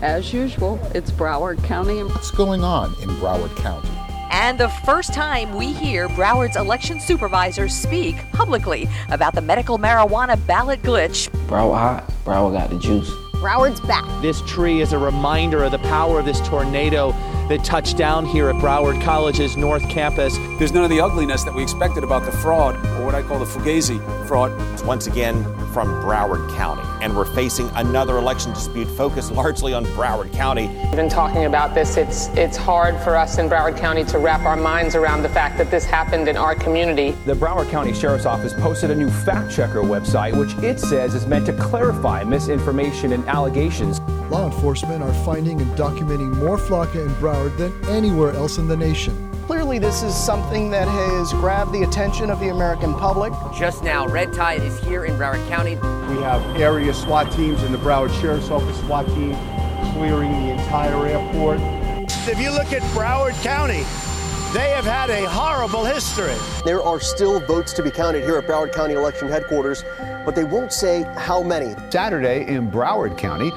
As usual, it's Broward County. What's going on in Broward County? And the first time we hear Broward's election supervisor speak publicly about the medical marijuana ballot glitch. Broward hot. Broward got the juice. Broward's back. This tree is a reminder of the power of this tornado that touched down here at Broward College's North Campus. There's none of the ugliness that we expected about the fraud, or what I call the fugazi fraud. Once again, from Broward County, and we're facing another election dispute focused largely on Broward County. We've been talking about this. It's it's hard for us in Broward County to wrap our minds around the fact that this happened in our community. The Broward County Sheriff's Office posted a new fact checker website, which it says is meant to clarify misinformation and allegations. Law enforcement are finding and documenting more Flocka in Broward than anywhere else in the nation. Clearly, this is something that has grabbed the attention of the American public. Just now, Red Tide is here in Broward County. We have area SWAT teams and the Broward Sheriff's Office SWAT team clearing the entire airport. If you look at Broward County, they have had a horrible history. There are still votes to be counted here at Broward County Election Headquarters, but they won't say how many. Saturday in Broward County,